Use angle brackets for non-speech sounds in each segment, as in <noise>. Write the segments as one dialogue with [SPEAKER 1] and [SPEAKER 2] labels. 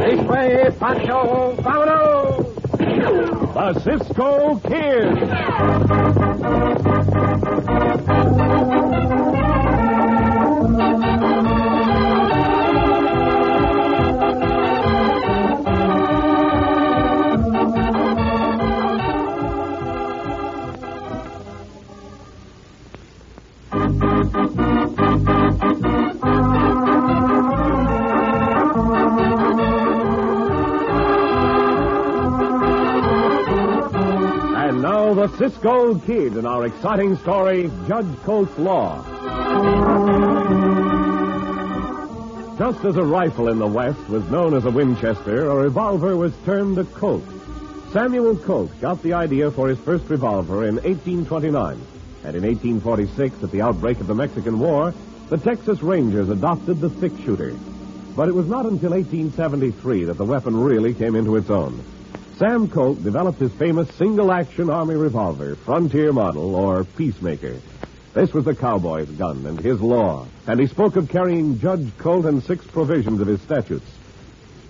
[SPEAKER 1] This way, Pancho, vámonos.
[SPEAKER 2] The Cisco Kid. And now the Cisco Kid in our exciting story, Judge Colt's Law. Just as a rifle in the West was known as a Winchester, a revolver was termed a Colt. Samuel Colt got the idea for his first revolver in 1829. And in 1846, at the outbreak of the Mexican War, the Texas Rangers adopted the six shooter. But it was not until 1873 that the weapon really came into its own. Sam Colt developed his famous single action army revolver, Frontier Model, or Peacemaker. This was the cowboy's gun and his law, and he spoke of carrying Judge Colt and six provisions of his statutes.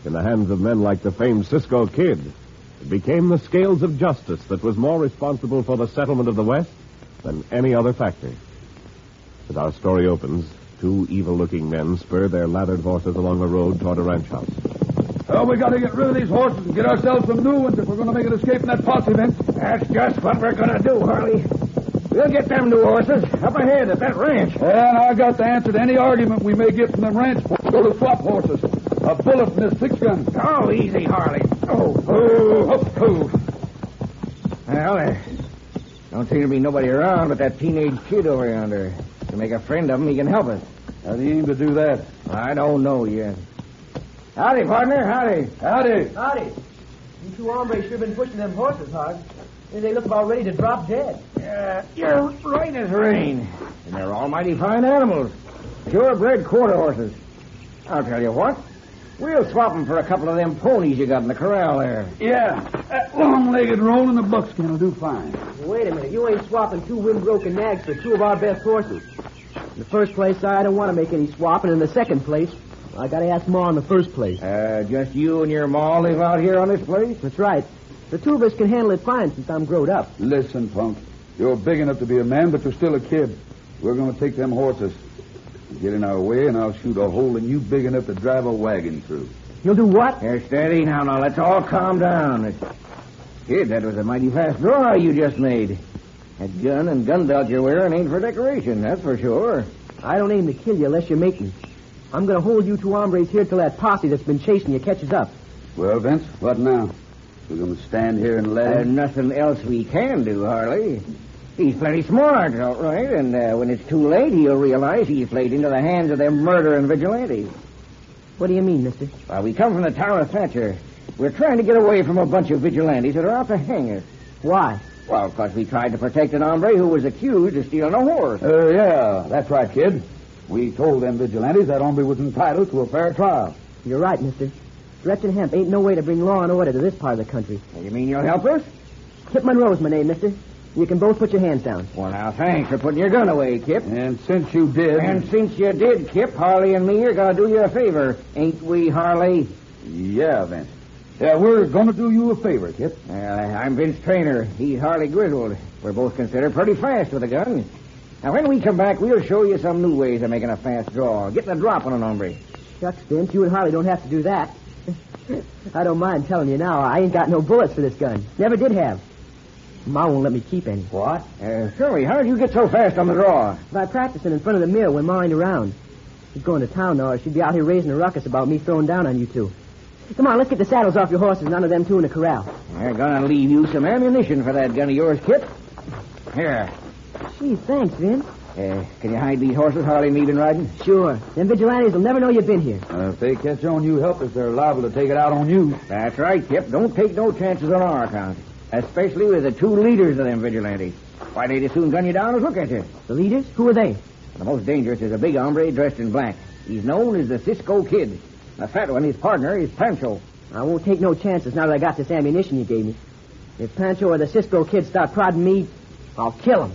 [SPEAKER 2] In the hands of men like the famed Cisco Kid, it became the scales of justice that was more responsible for the settlement of the West than any other factor. As our story opens, two evil looking men spur their lathered horses along the road toward a ranch house.
[SPEAKER 3] Oh, we got to get rid of these horses and get ourselves some new ones if we're going to make an escape from that posse event.
[SPEAKER 1] That's just what we're going to do, Harley. We'll get them new horses up ahead at that ranch.
[SPEAKER 3] And I got the answer to any argument we may get from them ranch folks. Go to swap horses. A bullet from this six gun.
[SPEAKER 1] Oh, easy, Harley. Oh,
[SPEAKER 3] Oh, up, oh.
[SPEAKER 1] well, there don't seem to be nobody around but that teenage kid over yonder. If we make a friend of him, he can help us.
[SPEAKER 3] How do you aim to do that?
[SPEAKER 1] I don't know yet. Howdy, partner. Howdy.
[SPEAKER 3] Howdy.
[SPEAKER 4] Howdy. You two hombres sure been pushing them horses hard. They look about ready to drop dead.
[SPEAKER 1] Yeah, you're right as rain. And they're almighty fine animals. Purebred quarter horses. I'll tell you what. We'll swap 'em for a couple of them ponies you got in the corral there.
[SPEAKER 3] Yeah, that long-legged roll in the buckskin will do fine.
[SPEAKER 4] Wait a minute. You ain't swapping two windbroken nags for two of our best horses. In the first place, I don't want to make any swapping. In the second place, I got to ask Ma in the first place.
[SPEAKER 1] Uh, just you and your ma live out here on this place?
[SPEAKER 4] That's right. The two of us can handle it fine since I'm growed up.
[SPEAKER 3] Listen, punk. You're big enough to be a man, but you're still a kid. We're going to take them horses. Get in our way, and I'll shoot a hole in you big enough to drive a wagon through.
[SPEAKER 4] You'll do what?
[SPEAKER 1] Here, steady. Now, now, let's all calm down. Kid, that was a mighty fast draw you just made. That gun and gun belt you're wearing ain't for decoration, that's for sure.
[SPEAKER 4] I don't aim to kill you unless you make me. I'm going to hold you two hombres here till that posse that's been chasing you catches up.
[SPEAKER 3] Well, Vince, what now? We're going to stand here and let
[SPEAKER 1] There's Uh, nothing else we can do, Harley. He's plenty smart, all right, and uh, when it's too late, he'll realize he's played into the hands of them murdering vigilantes.
[SPEAKER 4] What do you mean, mister?
[SPEAKER 1] Well, Uh, we come from the Tower of Thatcher. We're trying to get away from a bunch of vigilantes that are out to hang us.
[SPEAKER 4] Why?
[SPEAKER 1] Well, of course, we tried to protect an hombre who was accused of stealing a horse.
[SPEAKER 3] Uh, yeah, that's right, kid. We told them vigilantes that hombre was entitled to a fair trial.
[SPEAKER 4] You're right, mister. Gretchenham ain't no way to bring law and order to this part of the country.
[SPEAKER 1] You mean you'll help us?
[SPEAKER 4] Kip Monroe's my name, mister. You can both put your hands down.
[SPEAKER 1] Well, now, thanks for putting your gun away, Kip.
[SPEAKER 3] And since you did.
[SPEAKER 1] And since you did, Kip, Harley and me are going to do you a favor. Ain't we, Harley?
[SPEAKER 3] Yeah, Vince. Yeah, we're going to do you a favor, Kip.
[SPEAKER 1] Uh, I'm Vince Trainer. He's Harley Griswold. We're both considered pretty fast with a gun. Now, when we come back, we'll show you some new ways of making a fast draw, getting a drop on an hombre.
[SPEAKER 4] Shucks, Vince, you and Harley don't have to do that. <laughs> I don't mind telling you now, I ain't got no bullets for this gun. Never did have. Ma won't let me keep any.
[SPEAKER 1] What? Uh, Shirley, how did you get so fast on the draw?
[SPEAKER 4] By practicing in front of the mirror when Ma ain't around. She's going to town now, or she'd be out here raising a ruckus about me throwing down on you two. Come on, let's get the saddles off your horses, none of them two in the corral.
[SPEAKER 1] We're going to leave you some ammunition for that gun of yours, Kip. Here.
[SPEAKER 4] Gee, thanks, Vince.
[SPEAKER 1] Uh, can you hide these horses Harley and me been riding?
[SPEAKER 4] Sure. Them vigilantes will never know you've been here.
[SPEAKER 3] Uh, if they catch on you help us, they're liable to take it out on you.
[SPEAKER 1] That's right, Kip. Don't take no chances on our account. Especially with the two leaders of them vigilantes. Why, they'd as soon gun you down as look at you.
[SPEAKER 4] The leaders? Who are they?
[SPEAKER 1] The most dangerous is a big hombre dressed in black. He's known as the Cisco Kid. And The fat one, his partner, is Pancho.
[SPEAKER 4] I won't take no chances now that I got this ammunition you gave me. If Pancho or the Cisco kid start prodding me, I'll kill him.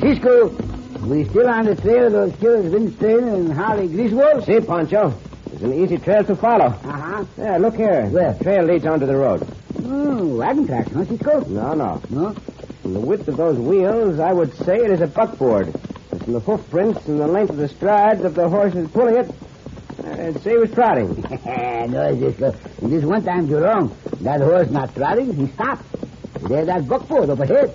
[SPEAKER 1] Cisco, we still on the trail of those killers Winston and Harley Griswold? See, Pancho. It's an easy trail to follow. Uh-huh. Yeah, look here. Where? Trail leads onto the road. Oh, wagon tracks, huh, Cisco? No, no. No? From the width of those wheels, I would say it is a buckboard. And from the hoof prints and the length of the strides of the horses pulling it, I'd Uh, say he was trotting. <laughs> no, Cisco. This one time you're wrong. That horse not trotting, he stopped. There's that buckboard over here.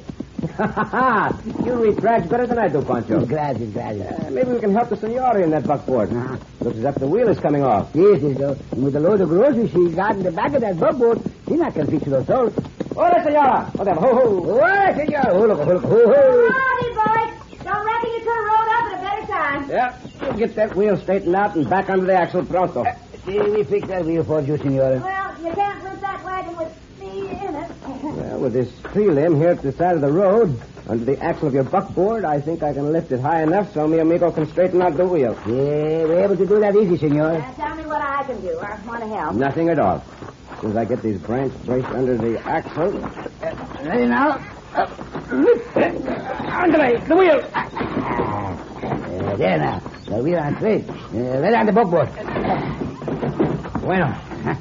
[SPEAKER 1] <laughs> you read rags better than I do, <laughs> Pancho.
[SPEAKER 4] Gracias, gracias.
[SPEAKER 1] Uh, maybe we can help the senora in that buckboard. Looks as if the wheel is coming off.
[SPEAKER 4] Yes,
[SPEAKER 1] uh,
[SPEAKER 4] Cisco. With the load of groceries she got in the back of that buckboard, she not can fix those holes.
[SPEAKER 1] Hola, senora! Oh, them, ho, ho! Hola, senora! Ho, look, ho, look, ho, ho!
[SPEAKER 5] Howdy, boys. Don't reckon you could have rolled up at a better time.
[SPEAKER 1] Yeah, we'll get that wheel straightened out and back under the axle pronto.
[SPEAKER 4] Uh, See, we fix that wheel for you, senora.
[SPEAKER 5] Well, you can't put that wagon with me in it.
[SPEAKER 1] Well, with this tree limb here at the side of the road, under the axle of your buckboard, I think I can lift it high enough so mi amigo can straighten out the wheel.
[SPEAKER 4] Yeah, we're able to do that easy, senora.
[SPEAKER 5] Now, tell me what I can do. I want to help.
[SPEAKER 1] Nothing at all. As soon as I get these branches placed under the axle. Uh, Ready now? Uh, lift. Uh, under the- the wheel.
[SPEAKER 4] Uh, there now. The wheel on straight. Uh, right on the buckboard. Bueno.
[SPEAKER 1] <laughs>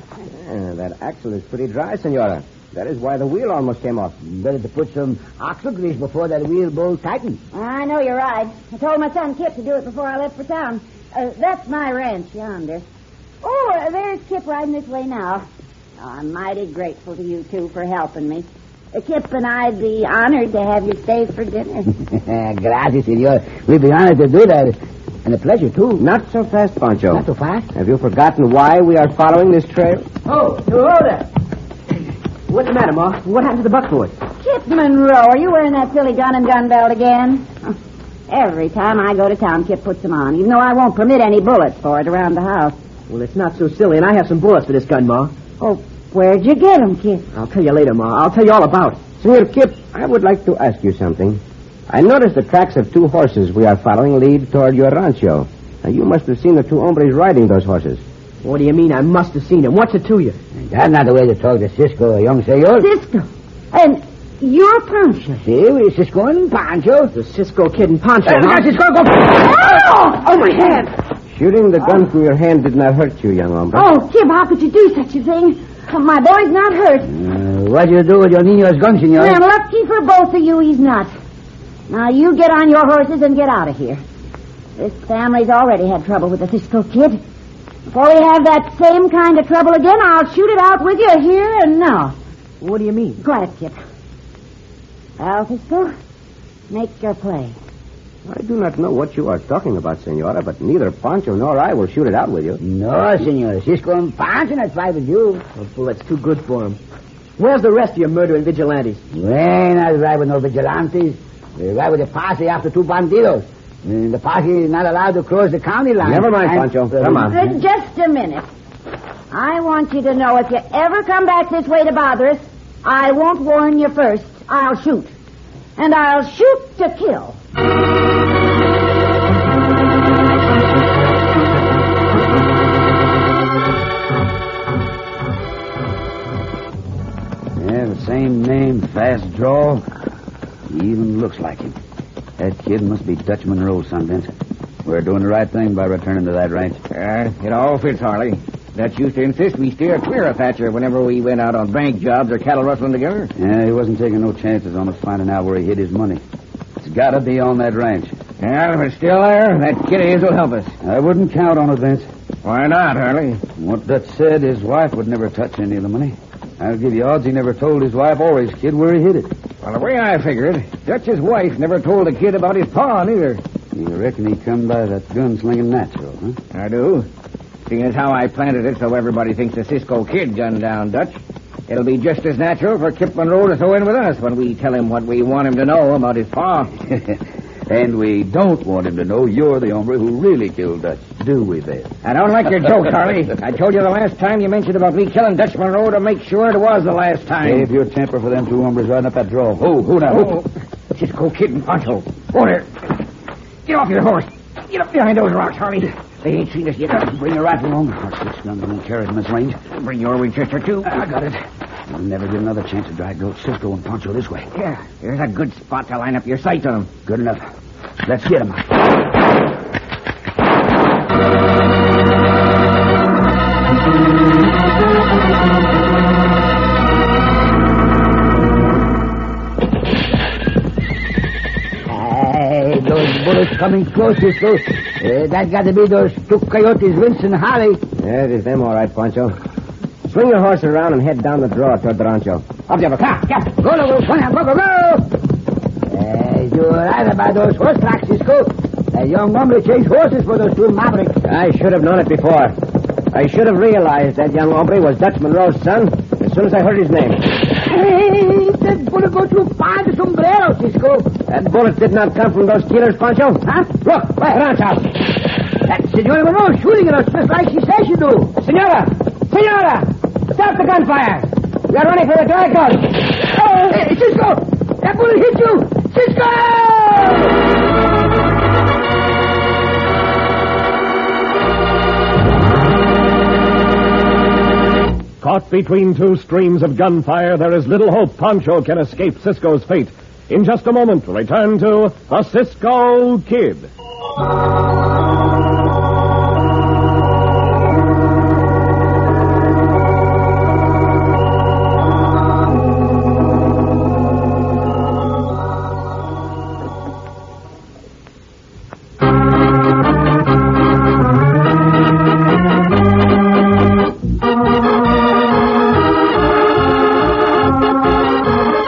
[SPEAKER 1] Uh, that axle is pretty dry, senora. That is why the wheel almost came off.
[SPEAKER 4] Better to put some oxo grease before that wheel bolt tightens.
[SPEAKER 5] I know you're right. I told my son Kip to do it before I left for town. Uh, that's my ranch yonder. Oh, uh, there's Kip riding this way now. Oh, I'm mighty grateful to you two for helping me. Uh, Kip and I'd be honored to have you stay for
[SPEAKER 4] <laughs>
[SPEAKER 5] dinner.
[SPEAKER 4] Gracias, senor. We'll be honored to do that. And a pleasure, too.
[SPEAKER 1] Not so fast, Pancho.
[SPEAKER 4] Not too fast.
[SPEAKER 1] Have you forgotten why we are following this trail?
[SPEAKER 4] Oh, hello there. What's the matter, Ma? What happened to the buckboard?
[SPEAKER 5] Kip Monroe, are you wearing that silly gun and gun belt again? Every time I go to town, Kip puts them on, even though I won't permit any bullets for it around the house.
[SPEAKER 4] Well, it's not so silly, and I have some bullets for this gun, Ma.
[SPEAKER 5] Oh, where'd you get 'em, Kip?
[SPEAKER 4] I'll tell you later, Ma. I'll tell you all about it.
[SPEAKER 1] Senor Kip, I would like to ask you something. I noticed the tracks of two horses we are following lead toward your rancho. Now, you must have seen the two hombres riding those horses.
[SPEAKER 4] What do you mean I must have seen him? What's it to you?
[SPEAKER 1] That's not the way to talk to Cisco, young senor.
[SPEAKER 5] Cisco. And you're Pancho.
[SPEAKER 1] See, we Cisco and Pancho. Eh,
[SPEAKER 4] The Cisco kid and Poncho, huh?
[SPEAKER 1] Cisco, go.
[SPEAKER 5] Oh, my hand.
[SPEAKER 1] Shooting the
[SPEAKER 4] Oh.
[SPEAKER 1] gun through your hand did not hurt you, young hombre.
[SPEAKER 5] Oh, Kip, how could you do such a thing? Oh, my boy's not hurt.
[SPEAKER 1] Uh, what do you do with your niño's gun, senor?
[SPEAKER 5] And lucky for both of you, he's not. Now, you get on your horses and get out of here. This family's already had trouble with the Cisco kid. Before we have that same kind of trouble again, I'll shoot it out with you here and now.
[SPEAKER 4] What do you mean?
[SPEAKER 5] Quiet, Kip. Well, Cisco, make your play.
[SPEAKER 1] I do not know what you are talking about, senora, but neither Pancho nor I will shoot it out with you.
[SPEAKER 4] No, senor. Cisco and Poncho not fight with you. Oh, bullet's too good for him. Where's the rest of your murdering vigilantes?
[SPEAKER 1] We not ride with no vigilantes. We ride with the posse after two bandidos. Mm, The posse is not allowed to cross the county line. Never mind, Pancho. Come on.
[SPEAKER 5] Uh, just a minute. I want you to know if you ever come back this way to bother us, I won't warn you first. I'll shoot. And I'll shoot to kill.
[SPEAKER 3] Yeah, the same name, fast draw. He even looks like him. That kid must be Dutch Monroe's son, Vincent. We're doing the right thing by returning to that ranch.
[SPEAKER 1] Uh, it all fits, Harley. That used to insist we steer clear of Thatcher whenever we went out on bank jobs or cattle rustling together.
[SPEAKER 3] Yeah, he wasn't taking no chances on us finding out where he hid his money. It's gotta be on that ranch.
[SPEAKER 1] Yeah, if it's still there, that kid of his will help us.
[SPEAKER 3] I wouldn't count on it, Vince.
[SPEAKER 1] Why not, Harley?
[SPEAKER 3] What Dutch said, his wife would never touch any of the money. I'll give you odds he never told his wife or his kid where he hid it.
[SPEAKER 1] Well, the way I figured, Dutch's wife never told the kid about his pawn either.
[SPEAKER 3] You reckon he come by that gun slinging natural, huh?
[SPEAKER 1] I do. Seeing as how I planted it so everybody thinks the Cisco Kid gunned down Dutch, it'll be just as natural for Kip Monroe to throw in with us when we tell him what we want him to know about his pa.
[SPEAKER 3] <laughs> and we don't want him to know you're the hombre who really killed Dutch, do we, then?
[SPEAKER 1] I don't like your joke, Harley. I told you the last time you mentioned about me killing Dutch Monroe to make sure it was the last time. Oh,
[SPEAKER 3] Save your temper for them two hombres riding up that draw. Who? Who now? Who?
[SPEAKER 1] Cisco Kid and Poncho. Order. Get off your horse. Get up behind those rocks, Harley. They ain't seen us yet. Bring your rifle along.
[SPEAKER 3] Six guns won't carry it in this range.
[SPEAKER 1] Bring your Winchester, too.
[SPEAKER 3] I got it. We'll never get another chance to drive Goat Cisco and Poncho this way.
[SPEAKER 1] Yeah, there's a good spot to line up your sights on 'em.
[SPEAKER 3] Good enough. Let's get him.
[SPEAKER 1] Hey, those bullets coming close, Cisco. Uh, that got to be those two coyotes, Vince and Harley.
[SPEAKER 4] That is them, all right, Poncho. Swing your horse around and head down the draw toward the rancho.
[SPEAKER 1] Up there, car. Go, go, go, go, go, go. Uh, you're right about those horse tracks, Cisco. That young hombre chased horses for those two mavericks.
[SPEAKER 4] I should have known it before. I should have realized that young hombre was Dutch Monroe's son as soon as I heard his name.
[SPEAKER 1] Hey, that bullet go too far the sombrero, Cisco.
[SPEAKER 4] That bullet did not come from those killers, Pancho.
[SPEAKER 1] Huh?
[SPEAKER 4] Look, where Rancho.
[SPEAKER 1] That's Senora Monroe shooting at us just like she says she do.
[SPEAKER 4] Senora! Senora! Stop the gunfire! We are running for the dry goods.
[SPEAKER 1] Oh, hey, Cisco! That bullet hit you! Cisco!
[SPEAKER 2] Caught between two streams of gunfire, there is little hope Poncho can escape Cisco's fate. In just a moment, return to the Cisco Kid.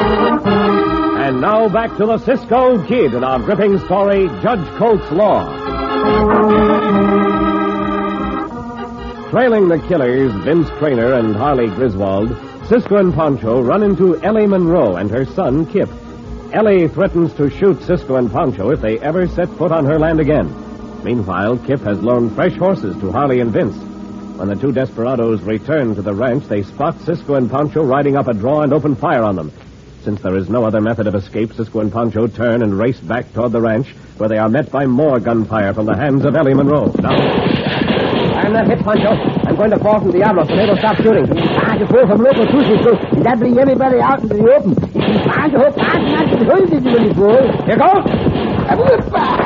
[SPEAKER 2] And now back to the Cisco Kid in our gripping story, Judge Colt's Law. Trailing the killers, Vince Trainer and Harley Griswold, Cisco and Poncho run into Ellie Monroe and her son, Kip. Ellie threatens to shoot Cisco and Poncho if they ever set foot on her land again. Meanwhile, Kip has loaned fresh horses to Harley and Vince. When the two desperadoes return to the ranch, they spot Cisco and Poncho riding up a draw and open fire on them. Since there is no other method of escape, Cisco and Pancho turn and race back toward the ranch, where they are met by more gunfire from the hands of Ellie Monroe. Now,
[SPEAKER 4] I'm not hit, Pancho. I'm going to fall from Diablo, so they will stop shooting.
[SPEAKER 1] Hard to pull Ah, from local too, Cisco. That bring everybody out into the open. It's hard to hope hard not to be hurt into the fool. Here goes. Ah, A bullet fire.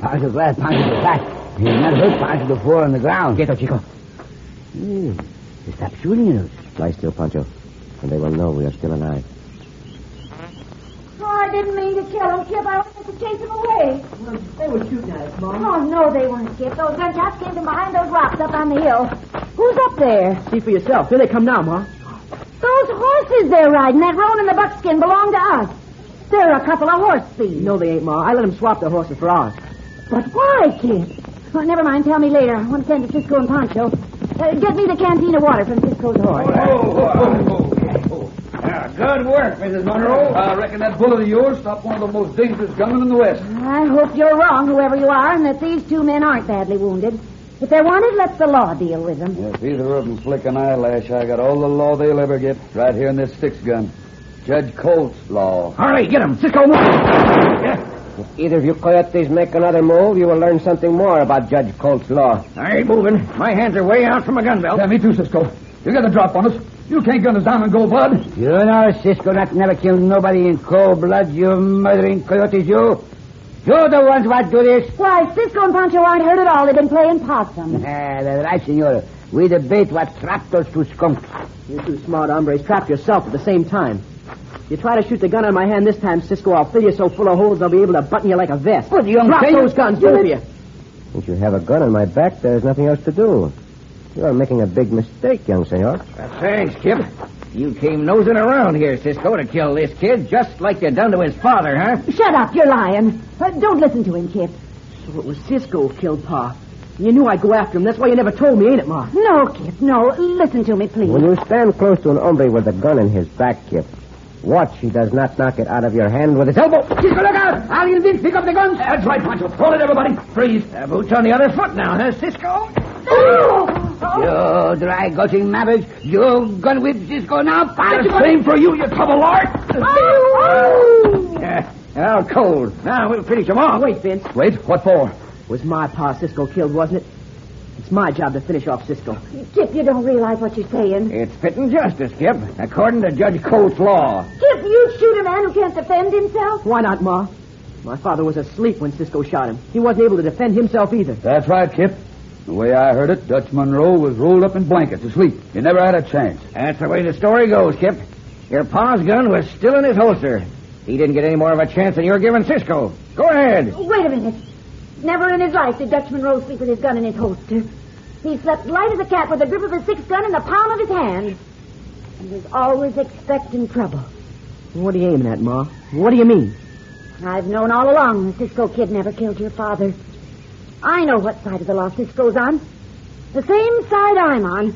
[SPEAKER 1] Poncho's last, Poncho's back. He's not hurt Poncho before on the ground. Get up, Chico.
[SPEAKER 4] Hmm.
[SPEAKER 1] They stopped shooting at us.
[SPEAKER 4] Lie still, Pancho, and they will know we are still alive.
[SPEAKER 5] Oh, I didn't mean to kill him, Kip. I wanted to chase him away.
[SPEAKER 4] They were shooting at us, Mom.
[SPEAKER 5] Oh, no, they weren't, Kip. Those gunshots came from behind those rocks up on the hill. Who's up there?
[SPEAKER 4] See for yourself. Here they come now, Ma.
[SPEAKER 5] Those horses they're riding, that roan and the buckskin, belong to us. They're a couple of horse thieves.
[SPEAKER 4] No, they ain't, Ma. I let them swap their horses for ours.
[SPEAKER 5] But why, Kip? Well, never mind. Tell me later. I want to send to Cisco and Pancho. Uh, get me the canteen of water from Cisco's horse.
[SPEAKER 3] Good work, Mrs. Monroe. I reckon that bullet of yours stopped one of the most dangerous gunmen in the West.
[SPEAKER 5] I hope you're wrong, whoever you are, and that these two men aren't badly wounded. If they're wanted, let the law deal with them.
[SPEAKER 3] If either of them flick an eyelash, I got all the law they'll ever get right here in this six gun. Judge Colt's law.
[SPEAKER 1] Hurry, get him. Cisco, move.
[SPEAKER 4] If either of you coyotes make another move, you will learn something more about Judge Colt's law.
[SPEAKER 1] I ain't moving. My hands are way out from my gun belt.
[SPEAKER 3] Yeah, me too, Cisco. You got the drop on us. You can't gun us down and go, bud.
[SPEAKER 1] You know, Cisco, not never kill nobody in cold blood, you murdering coyotes, you. You're the ones what do this.
[SPEAKER 5] Why, Cisco and Pancho aren't hurt at all. They've been playing possum.
[SPEAKER 1] <laughs> Ah, that's right, senora. We debate what trapped those two skunks.
[SPEAKER 4] You two smart hombres trapped yourself at the same time. You try to shoot the gun on my hand this time, Cisco, I'll fill you so full of holes I'll be able to button you like a vest.
[SPEAKER 5] Oh,
[SPEAKER 1] But you
[SPEAKER 4] Drop those guns, both of you.
[SPEAKER 6] Since you have a gun on my back, there's nothing else to do. You are making a big mistake, young senor.
[SPEAKER 1] Thanks, Kip. You came nosing around here, Cisco, to kill this kid, just like you done to his father, huh?
[SPEAKER 5] Shut up. You're lying. Uh, don't listen to him, Kip.
[SPEAKER 4] So it was Cisco who killed Pa. You knew I'd go after him. That's why you never told me, ain't it, Ma?
[SPEAKER 5] No, Kip, no. Listen to me, please.
[SPEAKER 2] When you stand close to an hombre with a gun in his back, Kip, watch he does not knock it out of your hand with his elbow.
[SPEAKER 1] Cisco, look out! I'll Vince, pick up the guns. That's right, Pancho. Hold it, everybody. Freeze. boots on the other foot now, huh, Cisco? You dry gushing mavericks. You gun whip Cisco now. Fire. Same for you, you trouble lord. Yeah, <laughs> they're all Oh, cold. Now we'll finish them off.
[SPEAKER 4] Wait, Vince.
[SPEAKER 1] Wait, what for?
[SPEAKER 4] Was my pa Cisco killed, wasn't it? It's my job to finish off Cisco.
[SPEAKER 5] Kip, you don't realize what you're saying.
[SPEAKER 1] It's fit and justice, Skip, according to Judge Colt's law.
[SPEAKER 5] Kip, you shoot a man who can't defend himself?
[SPEAKER 4] Why not, Ma? My father was asleep when Cisco shot him. He wasn't able to defend himself either.
[SPEAKER 3] That's right, Kip. The way I heard it, Dutch Monroe was rolled up in blankets asleep. He never had a chance.
[SPEAKER 1] That's the way the story goes, Skip. Your pa's gun was still in his holster. He didn't get any more of a chance than you're giving Cisco. Go ahead.
[SPEAKER 5] Wait a minute. Never in his life did Dutch Monroe sleep with his gun in his holster. He slept light as a cat with the grip of his six gun in the palm of his hand. And was always expecting trouble.
[SPEAKER 4] What are you aiming at, Ma? What do you mean?
[SPEAKER 5] I've known all along the Cisco kid never killed your father. I know what side of the law Cisco's on. The same side I'm on.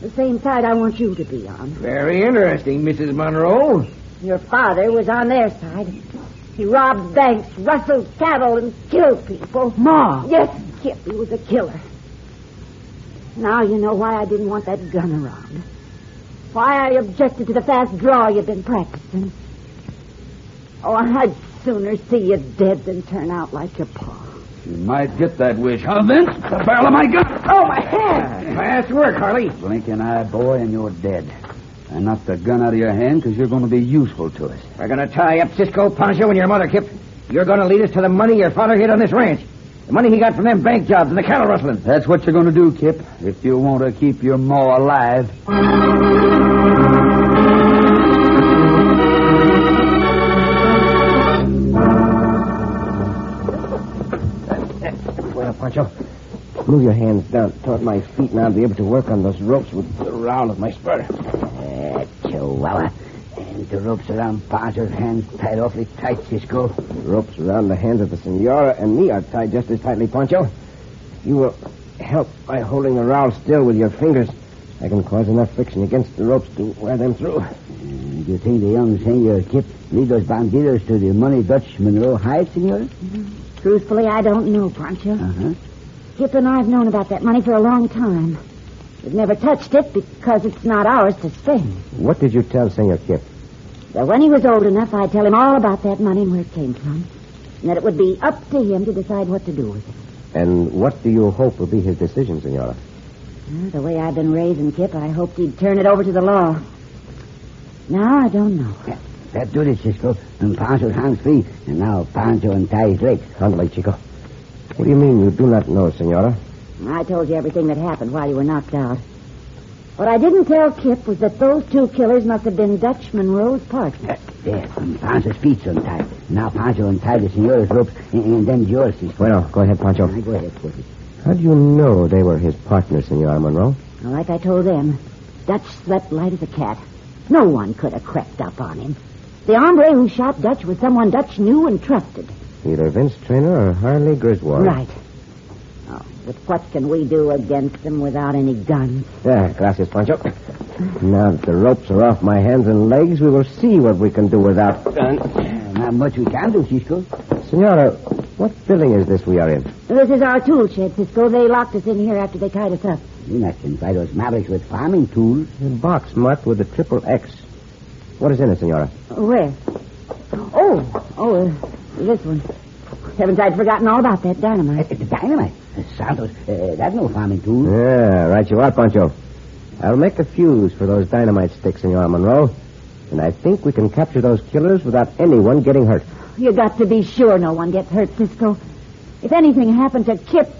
[SPEAKER 5] The same side I want you to be on.
[SPEAKER 1] Very interesting, Mrs. Monroe.
[SPEAKER 5] Your father was on their side. He robbed banks, rustled cattle, and killed people.
[SPEAKER 4] Ma!
[SPEAKER 5] Yes, Kip, he was a killer. Now you know why I didn't want that gun around. Why I objected to the fast draw you've been practicing. Oh, I'd sooner see you dead than turn out like your pa.
[SPEAKER 3] You might get that wish, huh, Vince? The barrel of my gun.
[SPEAKER 5] Oh, my hand!
[SPEAKER 1] Fast work, Harley.
[SPEAKER 3] Blinking eye, boy, and you're dead. I knocked the gun out of your hand because you're going to be useful to us.
[SPEAKER 1] We're going to tie up Cisco, Pancho, and your mother, Kip. You're going to lead us to the money your father hid on this ranch. The money he got from them bank jobs and the cattle rustling.
[SPEAKER 3] That's what you're going to do, Kip, if you want to keep your ma alive.
[SPEAKER 2] Well, Pancho, move your hands down toward my feet, and I'll be able to work on those ropes with the round of my spur.
[SPEAKER 1] Uh, Chihuahua. And the ropes around Pancho's hands tied awfully tight, Cisco.
[SPEAKER 2] The ropes around the hands of the senora and me are tied just as tightly, Pancho. You will help by holding the rowel still with your fingers. I can cause enough friction against the ropes to wear them through.
[SPEAKER 1] Do Mm, you think the young senor Kip lead those bandidos to the money Dutch Monroe hides, senor?
[SPEAKER 5] Truthfully, I don't know, Pancho.
[SPEAKER 1] Uh-huh.
[SPEAKER 5] Kip and I have known about that money for a long time. We've never touched it because it's not ours to spend.
[SPEAKER 2] What did you tell Senor Kip?
[SPEAKER 5] But when he was old enough, I'd tell him all about that money and where it came from. And that it would be up to him to decide what to do with it.
[SPEAKER 2] And what do you hope will be his decision, Senora?
[SPEAKER 5] Well, the way I've been raising Kip, I hoped he'd turn it over to the law. Now I don't know.
[SPEAKER 1] That do it, Cisco. And Pancho's hands free. And now Pancho untie his legs.
[SPEAKER 2] Handle, Chico. What do you mean you do not know, Senora?
[SPEAKER 5] I told you everything that happened while you were knocked out. What I didn't tell Kip was that those two killers must have been Dutch Monroe's partners.
[SPEAKER 1] Uh, There, um, and Pancho's feet's untied. Now Pancho untie the senor's ropes and, and then yours, Cisco.
[SPEAKER 2] Bueno, go ahead, Pancho.
[SPEAKER 1] Now, Go ahead, go ahead.
[SPEAKER 2] How do you know they were his partners, Senora Monroe?
[SPEAKER 5] Now, Like I told them, Dutch slept light as a cat. No one could have crept up on him. The hombre who shot Dutch was someone Dutch knew and trusted.
[SPEAKER 2] Either Vince Trainer or Harley Griswold.
[SPEAKER 5] Right. Oh, but what can we do against them without any guns?
[SPEAKER 2] There, gracias, Pancho. Now that the ropes are off my hands and legs, we will see what we can do without.
[SPEAKER 1] Uh, Not much we can do, Cisco.
[SPEAKER 2] Senora, what building is this we are in?
[SPEAKER 5] This is our tool shed, Cisco. They locked us in here after they tied us up.
[SPEAKER 1] You must try those mavericks with farming tools.
[SPEAKER 2] A box marked with a triple X. What is in it, Senora?
[SPEAKER 5] Where? Oh, oh, uh, this one. Heavens, I'd forgotten all about that dynamite.
[SPEAKER 1] It's Uh, dynamite. Santos, uh, that's no farming tool.
[SPEAKER 2] Yeah, right you are, Pancho. I'll make a fuse for those dynamite sticks, Senora Monroe. And I think we can capture those killers without anyone getting hurt.
[SPEAKER 5] You got to be sure no one gets hurt, Cisco. If anything happened to Kip,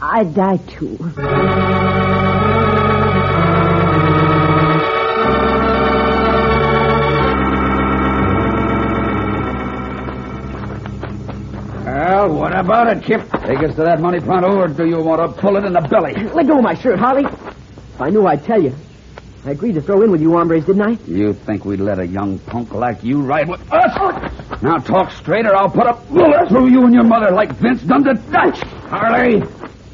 [SPEAKER 5] I'd die too.
[SPEAKER 3] Well, what about it, Kip? Take us to that money pronto, or do you want to pull it in the belly?
[SPEAKER 4] Let go of my shirt, Harley. If I knew, I'd tell you. I agreed to throw in with you hombres, didn't I?
[SPEAKER 3] You think we'd let a young punk like you ride with us? Now talk straight, or I'll put a bullet through you and your mother like Vince done to Dutch. Harley,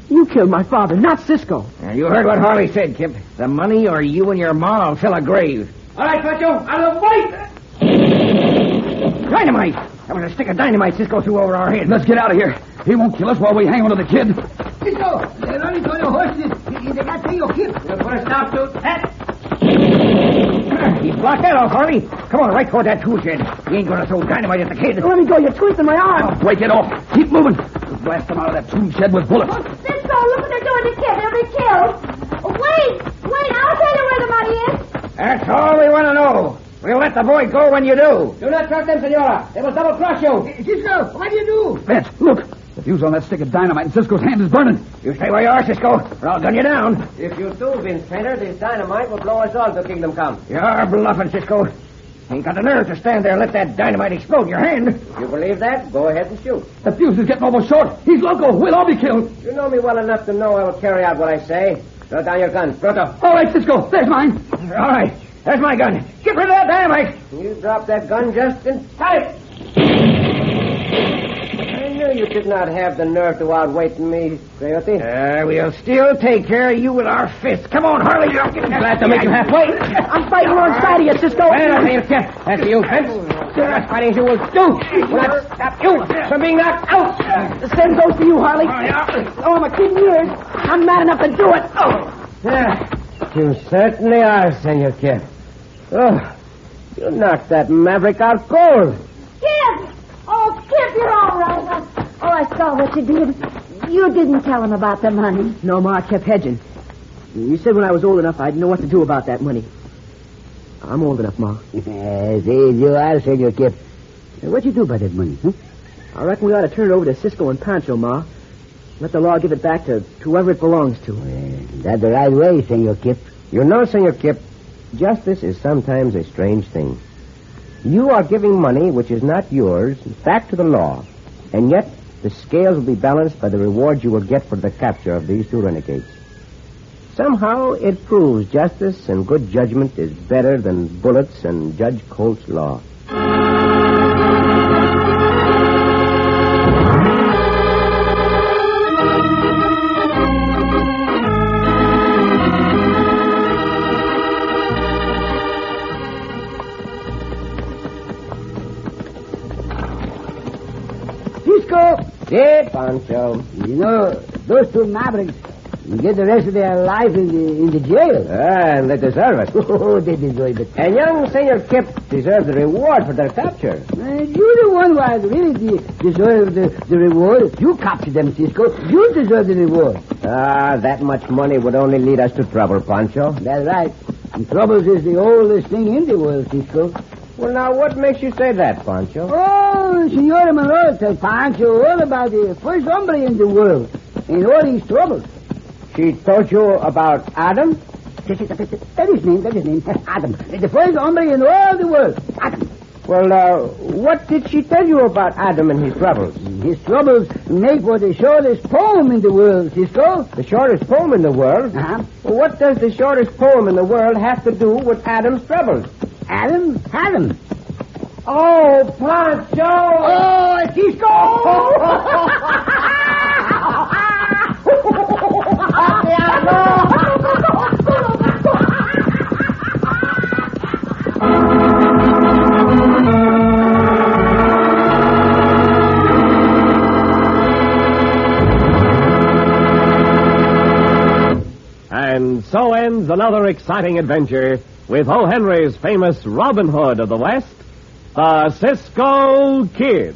[SPEAKER 4] You killed my father, not Cisco.
[SPEAKER 1] Now, you heard what Harley said, Kip. The money or you and your ma will fill a grave.
[SPEAKER 4] All right, Pancho, out of the fight!
[SPEAKER 1] Dynamite! That was a stick of dynamite Cisco threw over our heads.
[SPEAKER 3] Let's get out of here. He won't kill us while we hang on to the kid.
[SPEAKER 4] Cisco, they're running on your horses. They got your kid. They're going to stop to that.
[SPEAKER 1] He blocked that off, Harley. Come on, right toward that tool shed. He ain't gonna throw dynamite at the kid.
[SPEAKER 4] Let me go, you're twisting my arm.
[SPEAKER 3] Break it off. Keep moving. We'll blast them out of that tool shed with bullets.
[SPEAKER 5] Cisco, look what they're doing to Kip. They'll be killed. Wait, wait, I'll tell you where the money is.
[SPEAKER 1] That's all we want to know. We'll let the boy go when you do.
[SPEAKER 4] Do not trust them, senora. They will double cross you. Cisco, what do you do?
[SPEAKER 3] Vance, look. The fuse on that stick of dynamite in Cisco's hand is burning.
[SPEAKER 1] You stay where you are, Cisco, or I'll gun you down.
[SPEAKER 4] If you do, Vince Painter, this dynamite will blow us all to Kingdom Come.
[SPEAKER 1] You're bluffing, Cisco. Ain't got the nerve to stand there and let that dynamite explode in your hand.
[SPEAKER 4] You believe that? Go ahead and shoot.
[SPEAKER 3] The fuse is getting almost short. He's loco. We'll all be killed.
[SPEAKER 4] You know me well enough to know I will carry out what I say. Throw down your guns, Proto.
[SPEAKER 3] All right, Cisco. There's mine.
[SPEAKER 1] All right, there's my gun. Get rid of that dynamite.
[SPEAKER 4] You dropped that gun just in time. I knew you did not have the nerve to outwait me, Coyote.
[SPEAKER 1] Uh, we'll still take care of you with our fists. Come on, Harley. You're glad to make him halfway. I'm fighting alongside of you, Cisco. Well, there, Jeff. That's you, Fence. That's fighting as you will do. Will not stop you from being knocked out. The same goes to you, Harley. Oh, I'm a kid years. I'm mad enough to do it. Oh.
[SPEAKER 4] You certainly are, Senor Kid. Oh, you knocked that maverick out cold.
[SPEAKER 5] Kip! Oh, Kip, you're all right. Oh, I saw what you did. You didn't tell him about the money.
[SPEAKER 4] No, Ma, I kept hedging. You said when I was old enough, I'd know what to do about that money. I'm old enough, Ma.
[SPEAKER 1] there you are, Senor Kip. What'd you do about that money?
[SPEAKER 4] I reckon we ought to turn it over to Cisco and Pancho, Ma. Let the law give it back to whoever it belongs to.
[SPEAKER 1] That's the right way, Senor Kip. You know, Senor Kip, justice is sometimes a strange thing. You are giving money which is not yours back to the law, and yet the scales will be balanced by the reward you will get for the capture of these two renegades. Somehow it proves justice and good judgment is better than bullets and <laughs> Judge Colt's law.
[SPEAKER 4] Cisco!
[SPEAKER 1] Yeah, Pancho. You know, those two mavericks will get the rest of their life in the, in the jail. Ah, and they deserve it. <laughs> oh, they deserve it. And young Senor Kip deserves the reward for their capture. you're the one who really de- deserve the, the reward. You captured them, Cisco. You deserve the reward. Ah, that much money would only lead us to trouble, Pancho. That's right. And troubles is the oldest thing in the world, Cisco. Well, now, what makes you say that, Pancho? Oh, Senora Monroe tell Pancho all about the first hombre in the world and all his troubles. She told you about Adam? That is name, that is name. <laughs> Adam. The first hombre in all the world. Adam. Well, uh, what did she tell you about Adam and his troubles? His troubles make for the shortest poem in the world, Cisco. The shortest poem in the world? Uh-huh. Well, what does the shortest poem in the world have to do with Adam's troubles? Adam? Adam. Oh, Pancho! Oh, Cisco!
[SPEAKER 2] And so ends another exciting adventure with O. Henry's famous Robin Hood of the West, the Cisco Kid.